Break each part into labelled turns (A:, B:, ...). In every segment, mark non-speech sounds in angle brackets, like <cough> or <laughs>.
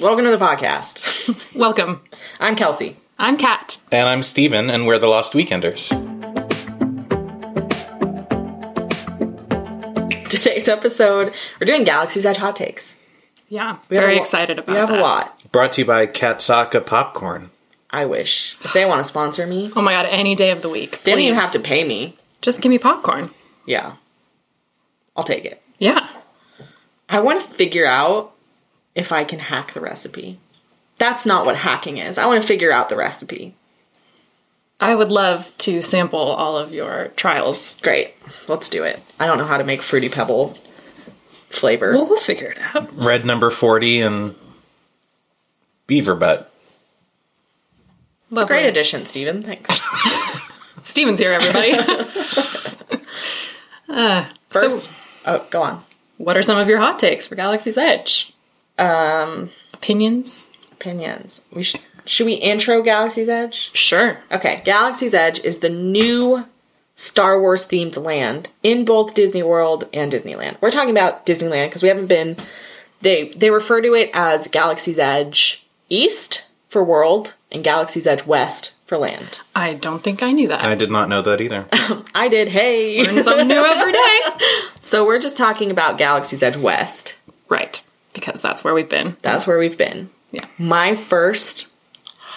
A: Welcome to the podcast. <laughs>
B: Welcome.
A: I'm Kelsey.
B: I'm Kat.
C: And I'm Steven, and we're the Lost Weekenders.
A: Today's episode, we're doing Galaxy's Edge hot takes.
B: Yeah,
A: We have
B: very
A: a lo-
B: excited about
A: We have
B: that.
A: a lot.
C: Brought to you by Katsaka Popcorn.
A: I wish if they want to sponsor me,
B: Oh my god, any day of the week.
A: they don't even
B: please.
A: have to pay me.
B: Just give me popcorn.
A: Yeah, I'll take it.
B: Yeah.
A: I want to figure out if I can hack the recipe. That's not what hacking is. I want to figure out the recipe.
B: I would love to sample all of your trials.
A: Great, let's do it. I don't know how to make fruity pebble flavor.
B: Well, we'll figure it out.
C: Red number 40 and Beaver Butt.
A: it's a great addition, Steven.
B: <laughs>
A: Thanks.
B: Steven's
A: <laughs>
B: here, everybody. <laughs> Uh,
A: First, oh, go on.
B: what are some of your hot takes for Galaxy's Edge? Um, Opinions?
A: Opinions. We should should we intro Galaxy's Edge?
B: Sure.
A: Okay, Galaxy's Edge is the new Star Wars themed land in both Disney World and Disneyland. We're talking about Disneyland because we haven't been they they refer to it as Galaxy's Edge East for World and Galaxy's Edge West for land.
B: I don't think I knew that.
C: I did not know that either.
A: I did, hey.
B: Learn something new every day.
A: <laughs> so we're just talking about Galaxy's Edge West.
B: Right, because that's where we've been.
A: That's where we've been.
B: Yeah.
A: My first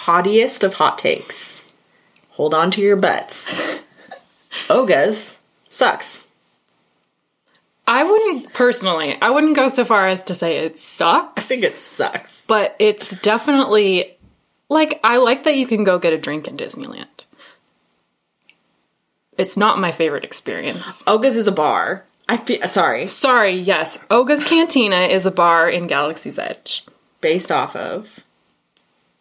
A: hottiest of hot takes. Hold on to your butts. <laughs> Ogas sucks.
B: I wouldn't personally, I wouldn't go so far as to say it sucks.
A: I think it sucks.
B: but it's definitely like I like that you can go get a drink in Disneyland. It's not my favorite experience.
A: Oga's is a bar. I feel sorry,
B: Sorry, yes, Oga's Cantina is a bar in Galaxy's Edge.
A: based off of,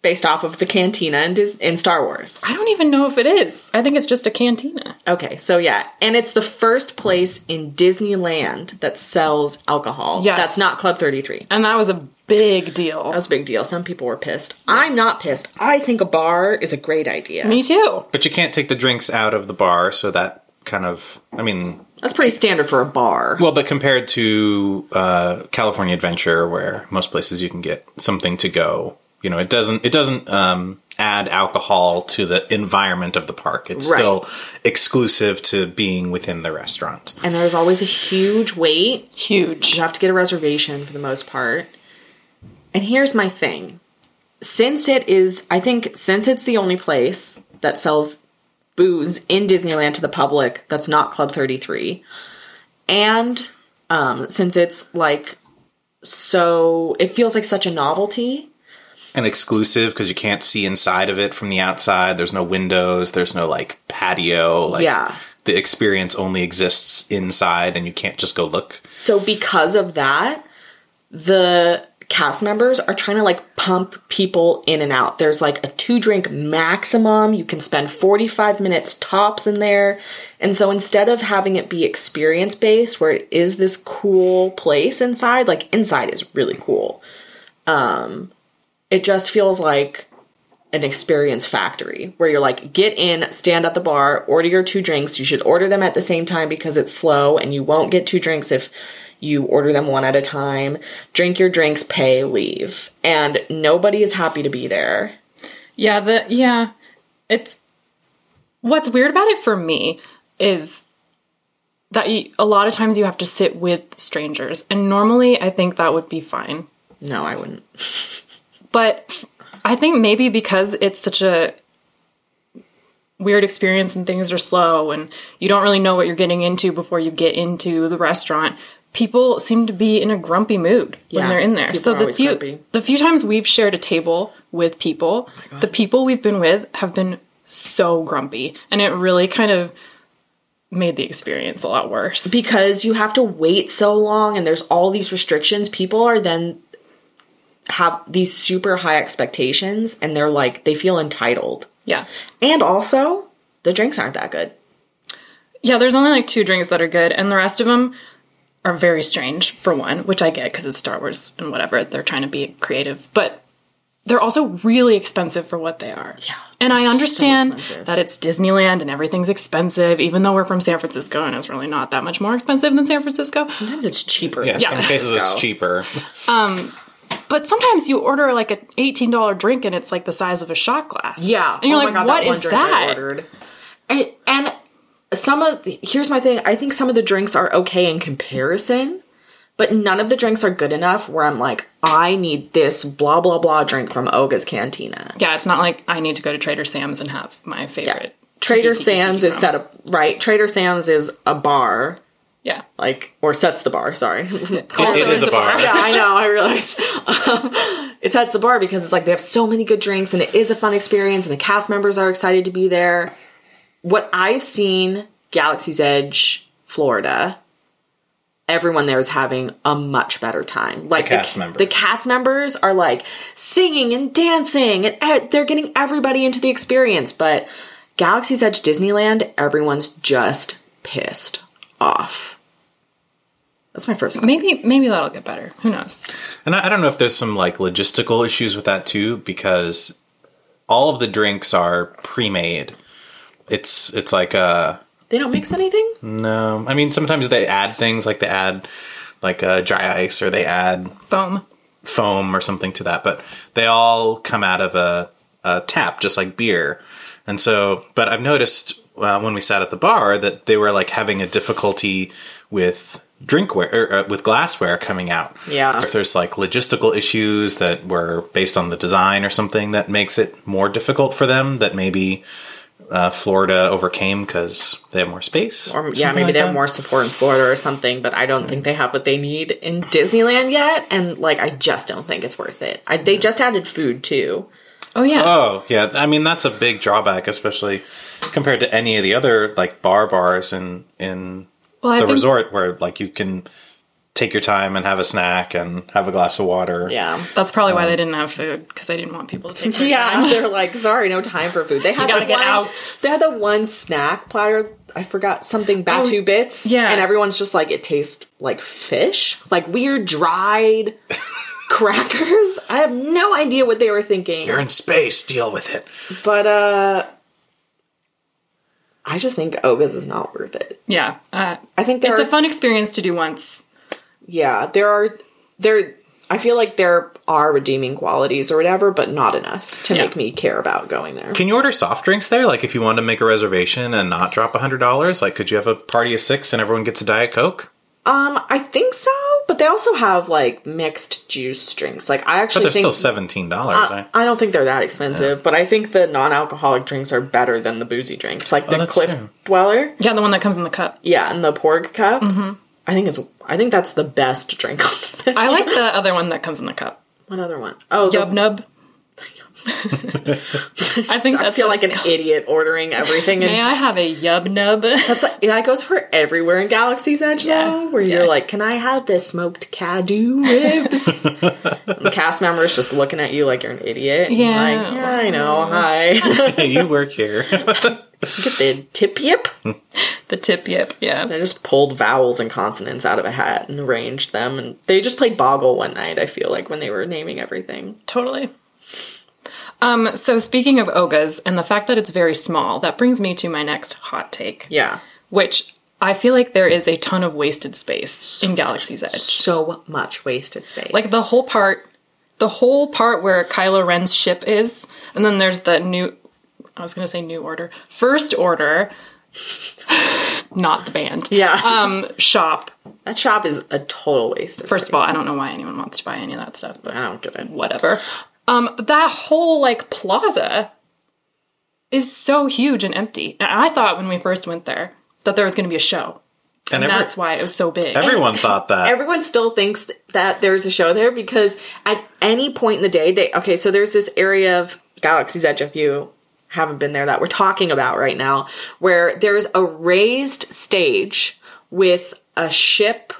A: based off of the cantina in, Dis- in Star Wars.
B: I don't even know if it is. I think it's just a cantina.
A: Okay, so yeah, and it's the first place in Disneyland that sells alcohol.
B: Yes.
A: that's not Club Thirty Three. That
B: And that was a big deal.
A: was a big deal. Some people were pissed. I'm not pissed. I think a bar is a great idea.
B: Me too.
C: but you can't take the drinks out of the bar, so that kind of, I mean,
A: That's pretty standard for a bar.
C: well, but compared to uh, California Adventure, where most places you can get something to go, you know, it doesn't, it doesn't, um, add alcohol to the environment of the park. It's
A: Right.
C: still exclusive to being within the restaurant.
A: and there's always a huge wait
B: Huge.
A: You have to get a reservation for the most part. And here's my thing. Since it is, I think, since it's the only place that sells booze in Disneyland to the public that's not Club 33, and um, since it's like so, it feels like such a novelty.
C: and exclusive because you can't see inside of it from the outside. There's no windows. There's no like patio. Like
A: Yeah.
C: the experience only exists inside, and you can't just go look.
A: So, because of that, the cast members are trying to like pump people in and out. There's like a two drink maximum. You can spend 45 minutes tops in there. And so instead of having it be experience based, where it is this cool place inside, like inside is really cool. Um, it just feels like an experience factory where you're like, get in, stand at the bar, order your two drinks. You should order them at the same time because it's slow and you won't get two drinks if you order them one at a time. Drink your drinks, pay, leave. And nobody is happy to be there.
B: Yeah, the yeah. It's what's weird about it for me is that you, a lot of times you have to sit with strangers, and normally I think that would be fine.
A: No, I wouldn't.
B: But f- I think maybe because it's such a weird experience and things are slow and you don't really know what you're getting into before you get into the restaurant, people seem to be in a grumpy mood
A: Yeah,
B: when they're in there.
A: people
B: So
A: are
B: the
A: always
B: few
A: grumpy. Oh
B: the few times we've shared a table with people, the people we've been with have been so grumpy and it really kind of made the experience a lot worse.
A: Because you have to wait so long and there's all these restrictions. People are then have these super high expectations and they're like, they feel entitled.
B: yeah.
A: And also, the drinks aren't that good.
B: Yeah, there's only like two drinks that are good, and the rest of them are very strange, for one, which I get because it's Star Wars and whatever. They're trying to be creative, but they're also really expensive for what they are. Yeah. And I understand
A: expensive.
B: that it's Disneyland and everything's expensive, even though we're from San Francisco and it's really not that much more expensive than San Francisco.
A: Sometimes it's cheaper.
C: Yeah, some cases it's
A: So-
C: cheaper.
B: But sometimes you order like an eighteen dollar drink and it's like the size of a shot glass.
A: Yeah.
B: and you're
A: Oh my
B: like,
A: God,
B: what
A: one
B: is
A: drink I
B: that?
A: ordered. And, and some of the, here's my thing. I think some of the drinks are okay in comparison, but none of the drinks are good enough where I'm like, I need this blah blah blah drink from Oga's Cantina.
B: Yeah, it's not like I need to go to Trader Sam's and have my favorite.
A: Trader
B: Tiki Tiki
A: Sam's is
B: Room.
A: set up right. Trader Sam's is a bar,
B: Yeah,
A: like or sets the bar. Sorry,
C: It-
B: Also,
C: it
B: it's
C: is a
B: a
C: bar.
B: bar.
A: yeah, I know. I realized Um, it sets the bar because it's like they have so many good drinks and it is a fun experience, and the cast members are excited to be there. What I've seen, Galaxy's Edge, Florida, everyone there is having a much better time. Like
C: cast
A: the,
C: members.
A: the cast members are like singing and dancing, and e- they're getting everybody into the experience. But Galaxy's Edge Disneyland, everyone's just pissed off. That's my first one.
B: maybe maybe that'll get better. Who knows?
C: And I, I don't know if there's some like logistical issues with that too, because all of the drinks are pre-made. It's it's like uh
A: They don't mix anything?
C: no, I mean sometimes they add things like they add like uh, dry ice or they add
B: Foam.
C: foam or something to that, but they all come out of a, a tap, just like beer. And so, but I've noticed uh, when we sat at the bar that they were like having a difficulty with drinkware or uh, with glassware coming out.
A: Yeah.
C: If there's like logistical issues that were based on the design or something that makes it more difficult for them, that maybe uh, Florida overcame because they have more space.
A: Or yeah, maybe
C: something like
A: they have
C: that.
A: more support in Florida or something, but I don't think they have what they need in Disneyland yet. And like, I just don't think it's worth it. I, they just added food too.
B: Oh yeah.
C: Oh yeah, I mean that's a big drawback, especially compared to any of the other like bar bars in in
B: well, I
C: the
B: think
C: resort where like you can take your time and have a snack and have a glass of water.
A: Yeah.
B: that's probably
C: Um,
B: why they didn't have food because they didn't want people
A: <laughs>
B: to take. Their
A: Yeah,
B: time.
A: they're like, sorry, no time for food. They had
B: gotta
A: the
B: get
A: one,
B: out.
A: They had the one snack platter. I forgot something batu bits.
B: yeah.
A: and everyone's just like, it tastes like fish, like weird
C: <laughs>
A: dried crackers. I have no idea what they were thinking.
C: You're in space, deal with it.
A: But uh I just think Oga's is not worth it.
B: yeah. Uh,
A: I think there
B: it's a
A: are
B: fun
A: s-
B: experience to do once.
A: yeah, there are there I feel like there are redeeming qualities or whatever, but not enough to
B: Yeah.
A: make me care about going there.
C: Can you order soft drinks there? Like if you want to make a reservation and not drop a hundred dollars, like could you have a party of six and everyone gets a diet coke?
A: Um, I think so, but they also have like mixed juice drinks. Like I
C: But
A: actually
C: they're
A: think
C: still seventeen dollars.
A: I, I don't think they're that expensive, but I think the non-alcoholic drinks are better than the boozy drinks, like the
C: Oh, that's
A: Cliff
C: fair.
A: Dweller,
B: Yeah, the one that comes in the cup.
A: yeah, and the Porg Cup. I think is I think that's the best drink on the menu.
B: Mm-hmm. I like the other one that comes in the cup.
A: What other one? Oh, the- <laughs>
B: Yub nub. I think
A: I
B: that's
A: feel
B: what
A: like
B: it's
A: an idiot ordering everything. And
B: May I have a yub nub?
A: that's like, that goes for everywhere in Galaxy's Edge, though, where you're
B: yeah.
A: like, "Can I have this smoked cadu ribs?" and the cast members just looking at you like you're an idiot. And you're
B: Yeah.
A: like, yeah, I know. Hi, <laughs> get
C: <laughs> you work here.
A: the tip yip. And
B: <laughs> the tip yip, yeah.
A: I just pulled vowels and consonants out of a hat and arranged them, and they just played Boggle one night. I feel like when they were naming everything.
B: Totally. Um, so speaking of ogas and the fact that it's very small, that brings me to my next hot take,
A: Yeah,
B: which I feel like there is a ton of wasted space in Galaxy's Edge.
A: so much wasted space.
B: Like the whole part, the whole part where Kylo Ren's ship is, and then there's the new, I was gonna say new order, first order, not the band,
A: yeah,
B: um, shop.
A: that shop is a total waste. Of
B: First
A: space.
B: of all, I don't know why anyone wants to buy any of that stuff, but
A: I don't get it.
B: whatever. Um, but that whole like plaza is so huge and empty. And I thought when we first went there that there was going to be a show.
C: And every-
B: That's why it was so big.
C: everyone thought that.
A: everyone still thinks that there's a show there because at any point in the day they okay so there's this area of galaxy's edge if you haven't been there that we're talking about right now where there's a raised stage with a ship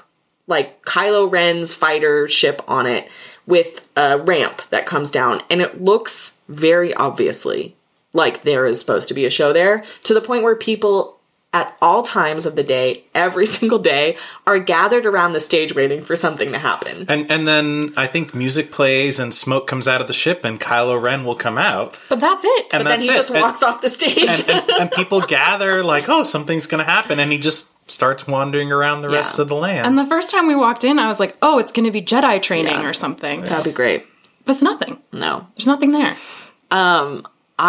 A: like kylo ren's fighter ship on it with a ramp that comes down and it looks very obviously like there is supposed to be a show there to the point where people at all times of the day every <laughs> single day are gathered around the stage waiting for something to happen
C: and and then I think music plays and smoke comes out of the ship and Kylo Ren will come out.
B: but that's it.
C: And
A: then
C: that's
A: he
C: it.
A: just
C: And-
A: walks off the stage
C: and, and, and people gather like, oh, something's gonna happen, and he just starts wandering around the rest
A: Yeah.
C: of the land.
B: And the first time we walked in, I was like, oh, it's going to be Jedi training
A: Yeah.
B: or
A: <laughs>
B: something.
A: That'd be great.
B: But it's nothing.
A: No.
B: There's nothing there.
A: I,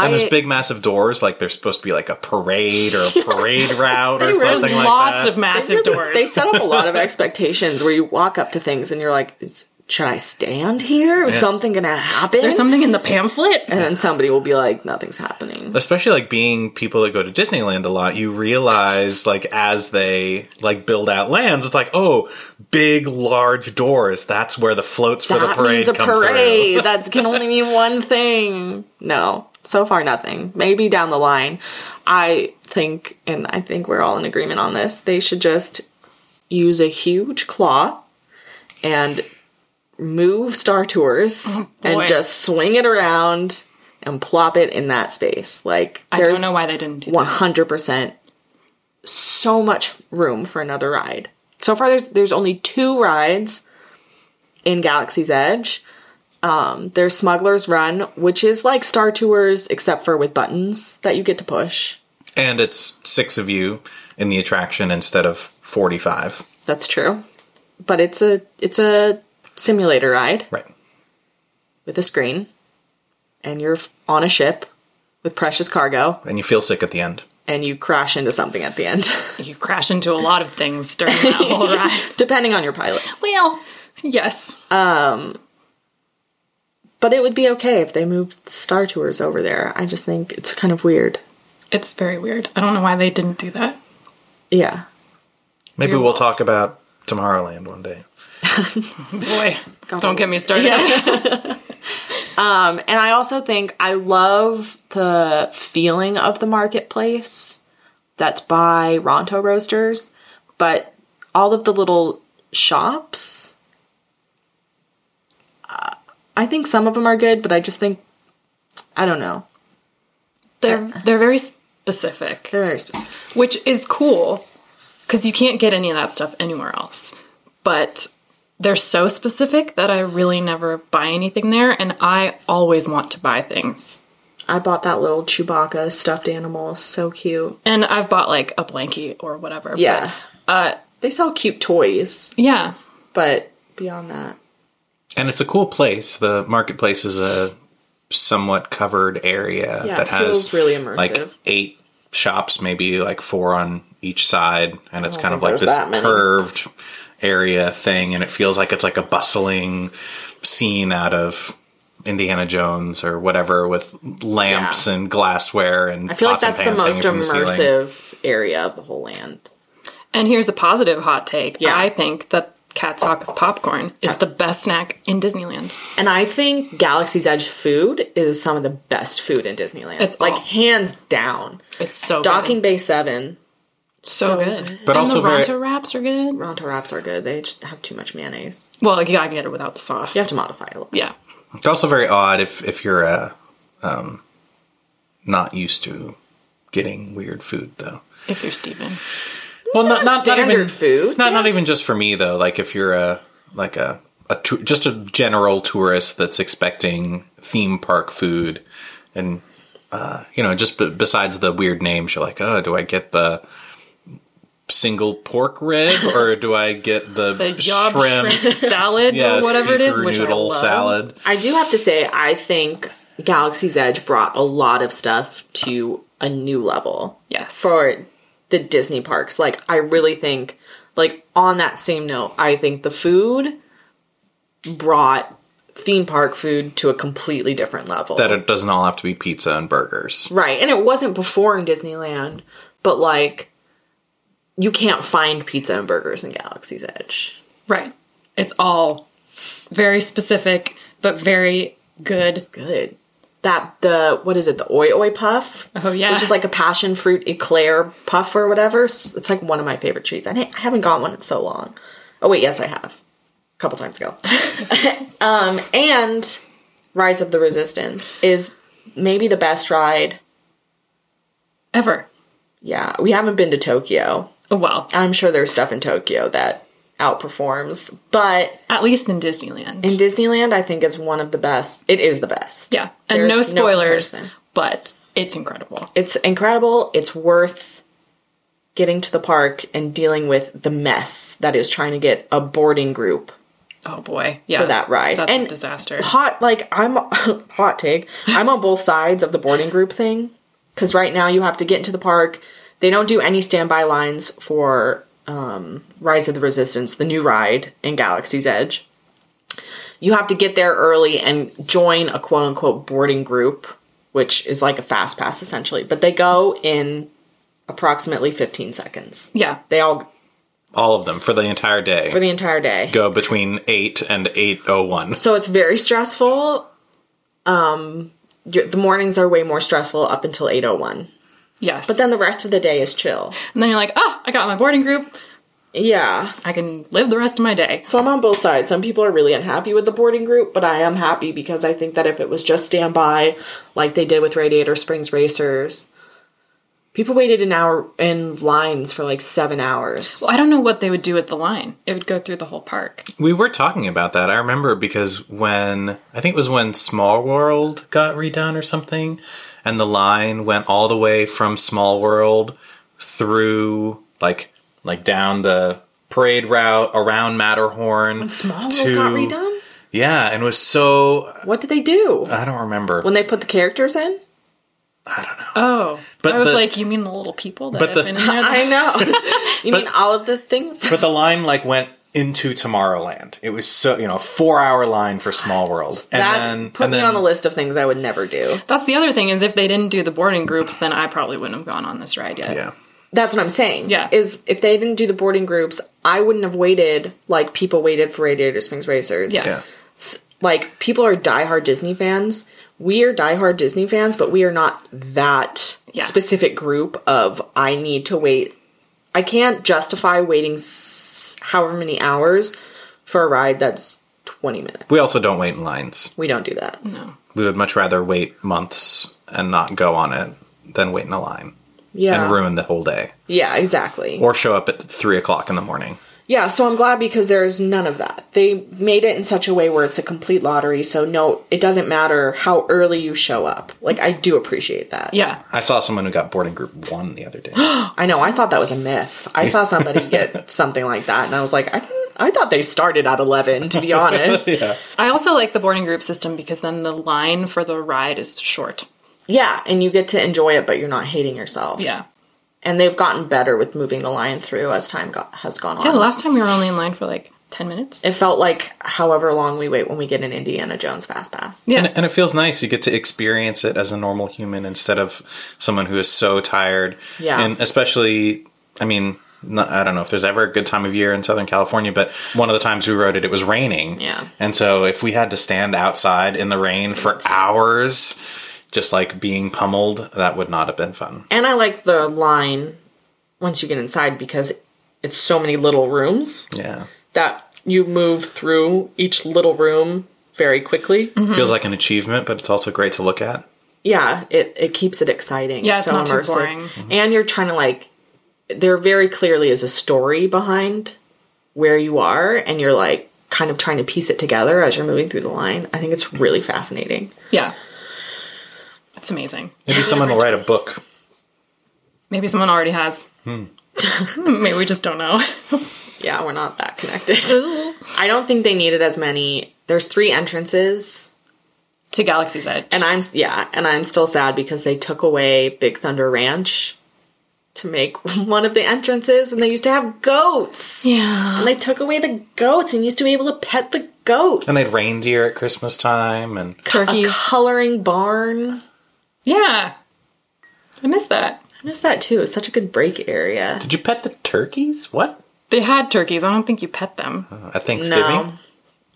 C: And there's big, massive doors. Like there's supposed to be like a parade
A: <laughs>
C: or a parade route or
A: There's
B: There's
C: something like
B: lots
C: that.
B: of massive
A: Really,
B: doors.
A: They set up a lot
C: <laughs>
A: of expectations where you walk up to things and you're like, "Is- should I stand here? Is something going to happen?
B: There's something in the pamphlet.
A: and then somebody will be like, nothing's happening.
C: Especially like being people that go to Disneyland a lot, you realize like as they like build out lands, it's like oh, big large doors. That's where the floats for the
A: That
C: parade
A: means a
C: come through.
A: parade. that can only mean one thing. No, so far nothing. Maybe down the line. I think, and I think we're all in agreement on this, they should just use a huge claw and move Star Tours
B: boy.
A: and just swing it around and plop it in that space. Like,
B: I
A: there's
B: don't know why they didn't do that.
A: 100% so much room for another ride. So far there's there's only two rides in Galaxy's Edge. Um, there's Smuggler's Run, which is like Star Tours except for with buttons that you get to push.
C: And it's six of you in the attraction instead of forty five.
A: That's true. But it's a it's a simulator ride
C: Right.
A: with a screen and you're on a ship with precious cargo
C: And you feel sick at the end.
A: and you crash into something at the end <laughs>
B: You crash into a lot of things during that whole ride.
A: depending on your pilot.
B: Well, yes.
A: But it would be okay if they moved Star Tours over there. I just think it's kind of weird.
B: It's very weird. I don't know why they didn't do that.
A: Yeah.
C: Maybe
B: Dear
C: we'll
B: Walt.
C: talk about Tomorrowland one day.
B: Boy, don't get me started.
A: Um, and I also think I love the feeling of the marketplace that's by Ronto Roasters, but all of the little shops. uh, I think some of them are good, but I just think I don't know.
B: <laughs> They're they're very specific,
A: They're very specific.
B: which is cool because you can't get any of that stuff anywhere else. But they're so specific that I really never buy anything there, and I always want to buy things.
A: I bought that little Chewbacca stuffed animal, so cute.
B: And I've bought like a blankie or whatever. but-
A: Yeah. Uh, they sell cute toys.
B: yeah.
A: but beyond that
C: And it's a cool place. The marketplace is a somewhat covered area
A: Yeah,
C: that
A: it
C: has
A: feels really immersive.
C: like eight shops, maybe like four on each side, and it's kind of like
A: Oh, there's
C: this
A: that many.
C: curved area thing, and it feels like it's like a bustling scene out of Indiana Jones or whatever with lamps
A: Yeah.
C: and glassware and
A: i feel like
C: pots and
A: that's the
C: pans
A: most
C: hanging from the ceiling.
A: immersive area of the whole land
B: And here's a positive hot take.
A: Yeah.
B: I think that Cat's Hawk's popcorn is the best snack in Disneyland.
A: and i think galaxy's edge food is some of the best food in disneyland
B: It's
A: like
B: all-
A: hands down
B: It's so
A: docking
B: good.
A: bay 7
B: so,
A: so
B: good.
C: But
B: and the
C: also very-
B: Ronto wraps are good.
A: ronto wraps are good they just have too much mayonnaise
B: Well, you gotta get it without the sauce.
A: you have to modify a little bit
B: yeah.
C: It's also very odd if if you're uh, um, not used to getting weird food though.
B: If you're Steven.
C: Well, not not, not even
A: standard food.
C: Not not even just for me though. Like if you're a like a a tou- just a general tourist that's expecting theme park food, and uh, you know, just b- besides the weird names, you're like, oh, do I get the single pork rib or do I get
B: <laughs>
C: the,
B: The yob shrimp, <laughs> salad
C: yeah,
B: or whatever it is,
C: seafood
B: which I
C: noodle
B: love.
C: salad.
A: i do have to say i think galaxy's edge brought a lot of stuff to a new level
B: Yes.
A: for the Disney parks. Like I really think like on that same note, I think the food brought theme park food to a completely different level.
C: That it doesn't all have to be pizza and burgers.
A: right. And it wasn't before in Disneyland, but like you can't find pizza and burgers in Galaxy's Edge.
B: Right. It's all very specific, but very good.
A: Good. That the what is it? The oi oi puff,
B: Oh, yeah.
A: which is like a passion fruit eclair puff or whatever. S- It's like one of my favorite treats. I, didn't- I haven't gotten one in so long. Oh wait, yes, I have. A couple times
B: <laughs>
A: ago. um, and Rise of the Resistance is maybe the best ride.
B: Ever.
A: Yeah, we haven't been to Tokyo.
B: Oh, well.
A: I'm sure there's stuff in Tokyo that outperforms, but
B: At least in Disneyland.
A: in Disneyland, I think it's one of the best. It is the best.
B: yeah. And
A: There's
B: no
A: no
B: spoilers,
A: comparison.
B: but it's incredible.
A: it's incredible. It's worth getting to the park and dealing with the mess that is trying to get a boarding group
B: Oh boy, yeah,
A: for that ride.
B: That's
A: and
B: a disaster.
A: Hot, like I'm <laughs> hot take. I'm on both sides of the boarding group thing because right now you have to get into the park. They don't do any standby lines for um, Rise of the Resistance, the new ride in Galaxy's Edge. You have to get there early and join a quote unquote boarding group, which is like a fast pass essentially. But they go in approximately 15 seconds.
B: Yeah,
A: They all
C: All of them for the entire day.
A: for the entire day.
C: Go between eight and eight oh one.
A: so it's very stressful. Um, your, the mornings are way more stressful up until eight oh one.
B: yes.
A: But then the rest of the day is chill.
B: and then you're like, oh, I got my boarding group.
A: Yeah.
B: I can live the rest of my day.
A: So I'm on both sides. Some people are really unhappy with the boarding group, but I am happy because I think that if it was just standby, like they did with Radiator Springs Racers, people waited an hour in lines for like seven hours.
B: I don't know what they would do with the line. It would go through the whole park.
C: We were talking about that. I remember because when I think it was when Small World got redone or something, and the line went all the way from Small World through like like down the parade route around Matterhorn.
A: Small World
C: to-
A: got redone.
C: Yeah, and it was so
A: What did they do
C: I don't remember.
A: when they put the characters in?
C: I don't know.
B: Oh,
C: But
B: I was
C: the-
B: like, you mean the little people that
C: but
B: have
C: the-
B: been in
A: <laughs>
B: there?
A: I know. <laughs> you mean all of the things?
C: But the line like went into Tomorrowland. It was so you know four hour line for Small World, and
A: that
C: then
A: put
C: and
A: me
C: then,
A: on the list of things I would never do.
B: That's the other thing is if they didn't do the boarding groups, then I probably wouldn't have gone on this ride yet.
C: Yeah,
A: That's what I'm saying.
B: Yeah.
A: Is if they didn't do the boarding groups, I wouldn't have waited like people waited for Radiator Springs Racers.
B: Yeah.
C: yeah.
A: Like people are diehard Disney fans. We are diehard Disney fans, but we are not that
B: Yeah.
A: specific group of I need to wait. I can't justify waiting s- however many hours for a ride that's 20 minutes.
C: We also don't wait in lines.
A: We don't do that.
C: Mm. We would much rather wait months and not go on it than wait in a line
A: Yeah.
C: and ruin the whole day,
A: Yeah, exactly.
C: or show up at three o'clock in the morning.
A: Yeah, so I'm glad because there's none of that. They made it in such a way where it's a complete lottery, so no, it doesn't matter how early you show up. Like, I do appreciate that.
B: Yeah.
C: I saw someone who got boarding group one the other day. <gasps>
A: I know, I thought that was a myth. I saw
B: <laughs>
A: somebody get something like that, and I was like, I didn't, I thought they started at 11, to be
B: <laughs>
A: honest.
C: yeah,
B: I also like the boarding group system because then the line for the ride is short.
A: yeah, and you get to enjoy it, but you're not hating yourself.
B: Yeah.
A: And they've gotten better with moving the line through as time got, has gone on.
B: Yeah, the last time we were only in line for like 10 minutes.
A: it felt like however long we wait when we get an Indiana Jones Fast Pass.
B: Yeah.
C: and, and it feels nice. You get to experience it as a normal human instead of someone who is so tired.
A: Yeah.
C: And especially, I mean, not, I don't know if there's ever a good time of year in Southern California, but one of the times we rode it, it was raining.
A: Yeah.
C: And so if we had to stand outside in the rain for hours, just like being pummeled, that would not have been fun.
A: And I like the line once you get inside because it's so many little rooms
C: Yeah.
A: that you move through each little room very quickly.
B: Mm-hmm.
C: Feels like an achievement, but it's also great to look at.
A: Yeah, it, it keeps it exciting.
B: Yeah, it's not too boring.
A: And you're trying to like there very clearly is a story behind where you are and you're like kind of trying to piece it together as you're moving through the line. I think it's really fascinating.
B: Yeah. It's amazing.
C: Maybe someone will write a book.
B: Maybe someone already has. <laughs> Maybe we just don't know.
A: Yeah, we're not that connected. <laughs> I don't think they needed as many. There's three entrances
B: to Galaxy's Edge.
A: And I'm yeah, and I'm still sad because they took away Big Thunder Ranch to make <laughs> one of the entrances when they used to have goats.
B: yeah.
A: And they took away the goats and used to be able to pet the goats.
C: And they had reindeer at Christmas time and
A: a
B: Turkeys.
A: coloring barn.
B: Yeah. I missed that.
A: I miss that too. It's such a good break area.
C: did you pet the turkeys? What?
B: They had turkeys. I don't think you pet them.
C: At Thanksgiving?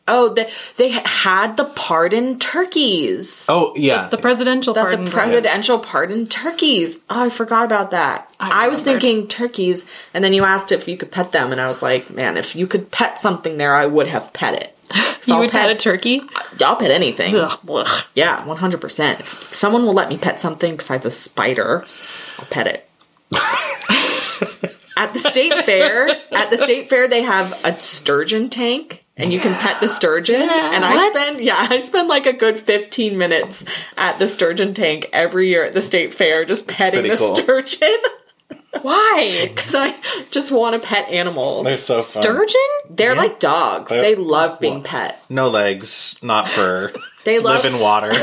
A: Oh, they they had the pardon turkeys.
C: Oh yeah.
B: The presidential
A: That
B: pardon.
A: the presidential pardon turkeys. Oh, I forgot about that.
B: I
A: I, was
B: remembered.
A: thinking turkeys, and then you asked if you could pet them, and I was like, man, if you could pet something there, I would have pet
B: <laughs>
A: it. 'Cause
B: You
A: I'll
B: would pet a turkey?
A: I'll pet anything.
B: Ugh, blech.
A: Yeah, one hundred percent. If someone will let me pet something besides a spider, I'll pet
C: <laughs>
A: it. at the state fair, at the state fair, they have a sturgeon tank, and you can pet the sturgeon. and I
B: What?
A: spend, yeah, I spend like a good fifteen minutes at the sturgeon tank every year at the state fair, just petting
C: Pretty
A: the
C: cool.
A: sturgeon. <laughs> Why? Because I just want to pet animals.
C: They're so fun.
B: Sturgeon?
A: They're like dogs. They love being pet.
C: No legs, not fur.
A: <laughs> They
C: live
A: love-
C: in water.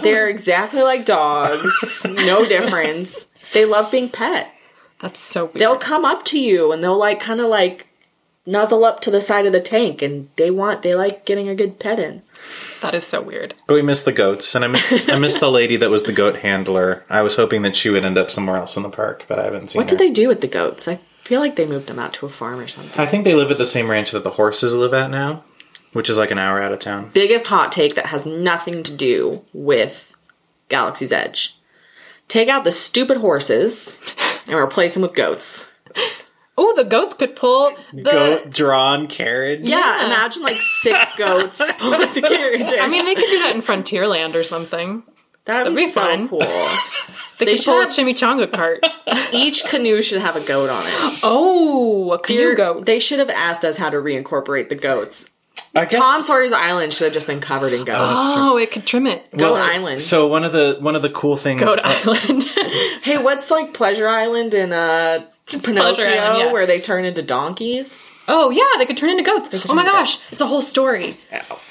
A: They're exactly like dogs.
B: <laughs>
A: No difference. They love being pet.
B: That's so weird.
A: They'll come up to you and they'll like kind of like nuzzle up to the side of the tank and they want they like getting a good pet in.
B: That is so weird.
C: But we miss the goats, and I miss I miss the lady that was the goat handler. I was hoping that she would end up somewhere else in the park, but I haven't seen
A: What
C: her.
A: did they do with the goats? I feel like they moved them out to a farm or something.
C: I think they live at the same ranch that the horses live at now, which is like an hour out of town.
A: Biggest hot take that has nothing to do with Galaxy's Edge. Take out the stupid horses and replace them with goats.
B: Oh, the goats could pull the.
C: Goat drawn carriage.
A: Yeah,
B: Yeah.
A: imagine like six
B: <laughs>
A: goats pulling the carriage.
B: I mean, they could do that in Frontierland or something.
A: that'd, be,
B: be
A: so
B: fun.
A: cool.
B: They,
A: They
B: could pull a
A: should-
B: chimichanga
A: <laughs>
B: cart.
A: Each canoe should have a goat on it.
B: Oh, a canoe
A: Dear-
B: goat.
A: They should have asked us how to reincorporate the goats.
C: I guess
A: Tom Sawyer's Island should have just been covered in goats.
B: Oh, it could trim it.
A: Goat
C: Well, so-
A: Island.
C: So one of the one of the cool things.
B: Goat Island. <laughs>
A: hey, what's like Pleasure Island in uh, Pinocchio
B: Island, yeah.
A: where they turn into donkeys?
B: oh, yeah, they could turn into goats. oh my
A: into
B: gosh, it's a whole story.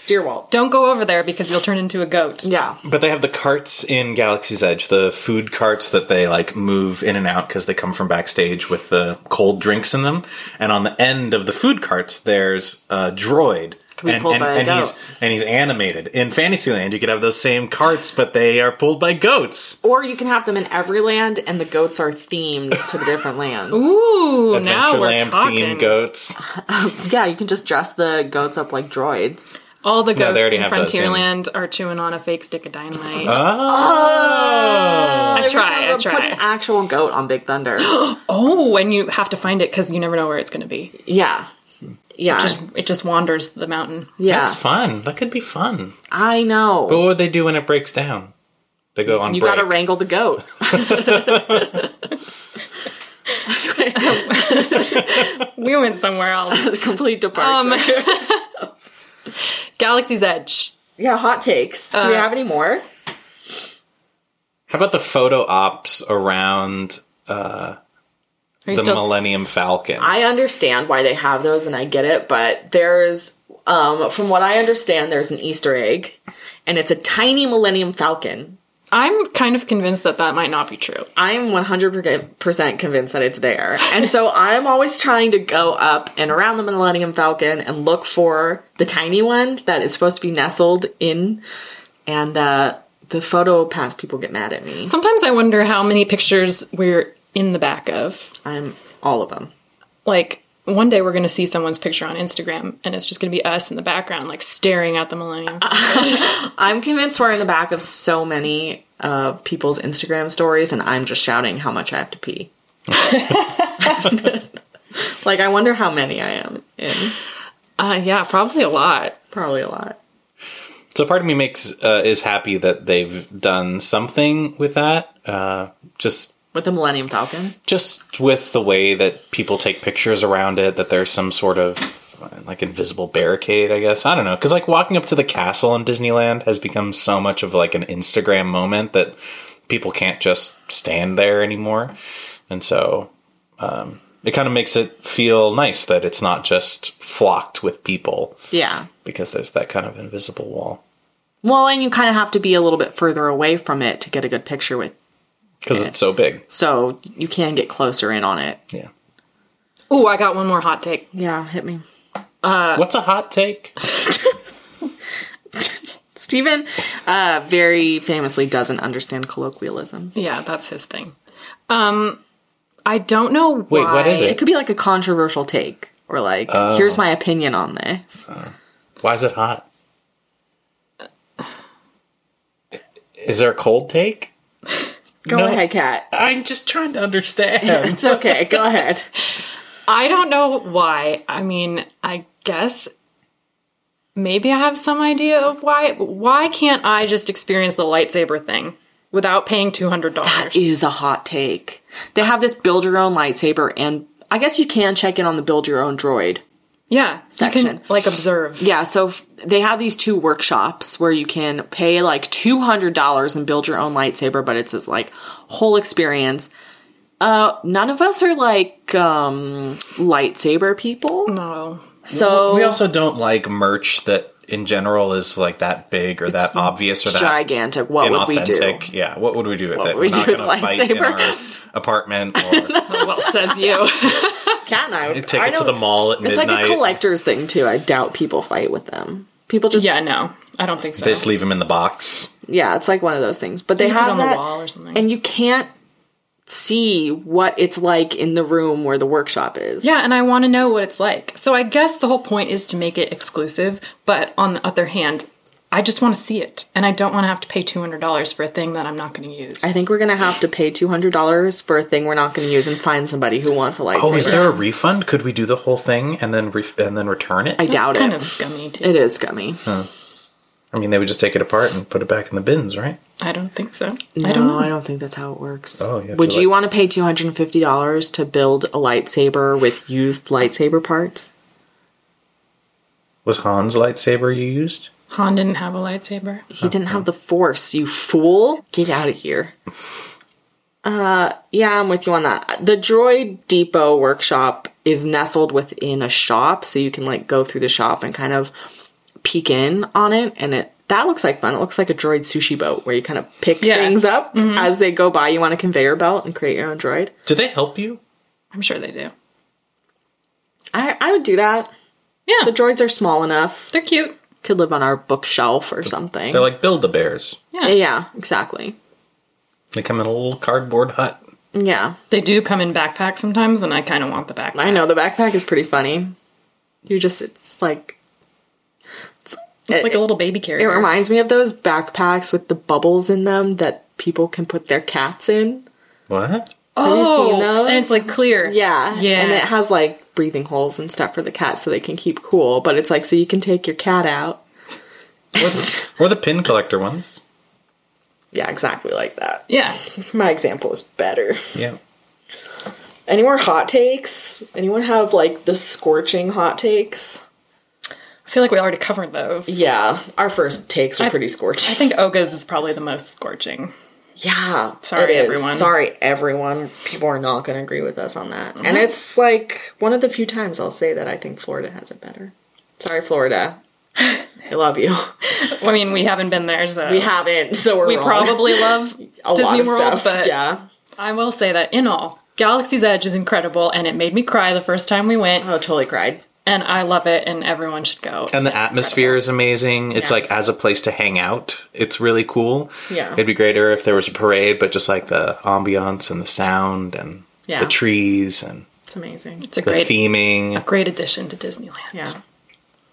A: Dear Walt.
B: Don't go over there because you'll turn into a goat.
A: Yeah.
C: But they have the carts in Galaxy's Edge, the food carts that they like move in and out because they come from backstage with the cold drinks in them. And on the end of the food carts, there's a droid.
A: Can be
C: and,
A: pulled
C: and,
A: by a
C: and he's
A: goat.
C: and he's animated. In Fantasyland, you could have those same carts, but they are pulled by goats.
A: Or you can have them in every land and the goats are themed to the different lands.
B: Ooh, now we're
C: Adventureland
B: talking.
C: themed goats.
A: Yeah, you can just dress the goats up like droids.
B: All the goats
C: they already
B: in
C: have those in-
B: Frontierland are chewing on a fake stick of dynamite.
A: Oh.
C: Oh,
B: I try, I
A: Put an
B: try.
A: actual goat on Big
B: <gasps>
A: Thunder.
B: Oh, and you have to find it because you never know where it's going to be.
A: yeah. Yeah.
B: It just wanders the mountain.
A: yeah.
C: that's fun. That could be fun.
A: I know.
C: But what would they do when it breaks down? They go on
A: You
C: break.
A: gotta wrangle the goat. <laughs>
B: We went somewhere <laughs> else.
A: The complete
B: Oh,
A: departure.
B: Um, <laughs> Galaxy's Edge.
A: yeah, hot takes. Do we
B: Uh,
A: have any more?
C: How about the photo ops around
B: Are you
C: the
B: still?
C: Millennium Falcon?
A: I understand why they have those and I get it, but there's, um, from what I understand, there's an Easter egg and it's a tiny Millennium Falcon.
B: I'm kind of convinced that that might not be true.
A: I'm 100% convinced that it's there. And <laughs> so I'm always trying to go up and around the Millennium Falcon and look for the tiny one that is supposed to be nestled in. And uh, the photo pass people get mad at me.
B: Sometimes I wonder how many pictures we're in the back of.
A: I'm all of them.
B: Like one day we're going to see someone's picture on Instagram, and it's just going to be us in the background, like staring at the Millennium.
A: I'm convinced we're in the back of so many of people's Instagram stories, and I'm just shouting how much I have to pee. <laughs> like, I wonder how many I am in.
B: uh, yeah, probably a lot.
A: Probably a lot.
C: So part of me makes uh, is happy that they've done something with that. Uh, just
A: With the Millennium Falcon.
C: just with the way that people take pictures around it, that there's some sort of uh, like invisible barricade. I guess I don't know because like walking up to the castle in Disneyland has become so much of like an Instagram moment that people can't just stand there anymore, and so. Um, it kind of makes it feel nice that it's not just flocked with people
A: Yeah.
C: because there's that kind of invisible wall.
A: Well, and you kind of have to be a little bit further away from it to get a good picture with.
C: Because it's so big.
A: So you can get closer in on it.
C: Yeah.
B: Ooh, I got one more hot take.
A: Yeah, hit me.
C: What's a hot take?
A: Steven uh, very famously doesn't understand colloquialisms.
B: Yeah, that's his thing. Um, I don't know why.
C: Wait, what is
A: It could be like a controversial take or like, here's my opinion on this.
C: Why is it hot? Is there a cold take?
A: Go
C: No.
A: ahead, Kat.
C: I'm just trying to understand.
A: It's okay. Go ahead.
B: I don't know why. I mean, I guess maybe I have some idea of why. But why can't I just experience the lightsaber thing without paying two hundred dollars?
A: <laughs> Is a hot take. They have this build your own lightsaber, and I guess you can check in on the build your own droid.
B: Yeah, you
A: Section.
B: can like observe.
A: Yeah, so f- they have these two workshops where you can pay like $200 and build your own lightsaber, but it's this like whole experience. Uh, none of us are like um, lightsaber people.
B: No.
A: So
C: Mm, We also don't like merch that in general is like that big or that obvious or that
A: gigantic. What would we do?
C: inauthentic. Yeah, what would we do with
A: would
C: it?
A: we do with
C: gonna in our
A: lightsaber? <laughs>
C: apartment or
B: Well, says you.
A: Cat and I. would-
C: take
A: I
C: it to
A: don't-
C: the mall at
A: It's
C: midnight.
A: like a collector's thing too. I doubt people fight with them. People just yeah,
B: yeah, no. I don't think so.
C: They just leave them in the box.
A: it's like one of those things. But they
B: Put it
A: have
B: on
A: that,
B: the wall or something.
A: and you can't see what it's like in the room where the workshop is.
B: Yeah, and I want to know what it's like. So I guess the whole point is to make it exclusive, but on the other hand, I just want to see it, and I don't want to have to pay $200 for a thing that I'm not going to use.
A: I think we're gonna have to pay two hundred dollars for a thing we're not gonna use and find somebody who wants a lightsaber.
C: Oh, is there a refund? Could we do the whole thing and then re- and then return it?
A: I
C: I,
B: That's
A: doubt
B: kind
A: it.
B: of scummy, too.
A: it is scummy.
C: mean, they would just take it apart and put it back in the bins, right?
B: I don't think so.
A: No,
B: I don't know.
A: I don't think that's how it works.
C: Oh, you have
A: Would
C: to,
A: you
C: like-
A: want to pay two hundred and fifty dollars to build a lightsaber with used lightsaber parts?
C: Was Han's lightsaber you used?
B: Han didn't have a lightsaber.
A: He didn't have the force, you fool. Get out of here. Uh yeah, I'm with you on that. The Droid Depot workshop is nestled within a shop, so you can like go through the shop and kind of peek in on it and it that looks like fun. It looks like a droid sushi boat where you kind of pick
B: Yeah.
A: things up as they go by. You want a conveyor belt and create your own droid.
C: Do they help you?
B: I'm sure they do.
A: I, I would do that.
B: Yeah,
A: The droids are small enough.
B: they're cute.
A: Could live on our bookshelf or something.
C: They're like build a bears.
B: Yeah.
A: yeah, exactly.
C: They come in a little cardboard hut.
A: Yeah.
B: They do come in backpacks sometimes, and I kind of want the backpack.
A: I know the backpack is pretty funny. You just it's like
B: It's
A: It-
B: like a little baby
A: it
B: carrier.
A: reminds me of those backpacks with the bubbles in them that people can put their cats in.
C: What?
B: oh,
A: you seen those?
B: and it's like clear.
A: Yeah.
B: Yeah.
A: And it has like breathing holes and stuff for the cat so they can keep cool, but it's like so you can take your cat out.
C: Or the, or the pin collector ones?
A: Yeah, exactly like that.
B: Yeah.
A: My example is better.
C: Yeah.
A: Any more hot takes? Anyone have like the scorching hot takes?
B: I feel like we already covered those.
A: Yeah, our first takes were
B: I-
A: pretty scorching.
B: I think Oga's is probably the most scorching.
A: Yeah.
B: Sorry,
A: it is.
B: everyone.
A: Sorry, everyone. People are not going to agree with us on that.
B: Mm-hmm.
A: And it's like one of the few times I'll say that I think Florida has it better. Sorry, Florida. I love you.
B: I mean, we haven't been there, so
A: We haven't, so we're
B: We
A: wrong.
B: probably love
A: <laughs> a
B: Disney
A: lot of
B: World,
A: stuff.
B: but
A: yeah.
B: I will say that in all, Galaxy's Edge is incredible, and it made me cry the first time we went,
A: Oh, totally cried.
B: and I love it, and everyone should go.
C: And the atmosphere is amazing. It's
A: Yeah.
C: like as a place to hang out, it's really cool.
A: Yeah.
C: It'd be greater if there was a parade, but just like the ambiance and the sound and
A: Yeah.
C: the trees and
A: It's amazing.
B: It's a
C: the
B: great,
C: theming.
B: great addition to Disneyland.
A: Yeah.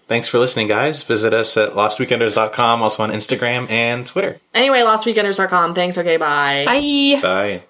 C: Thanks for listening, guys. Visit us at lostweekenders.com, also on Instagram and Twitter.
A: Anyway, lostweekenders.com. Thanks. Okay, bye.
B: Bye.
C: Bye.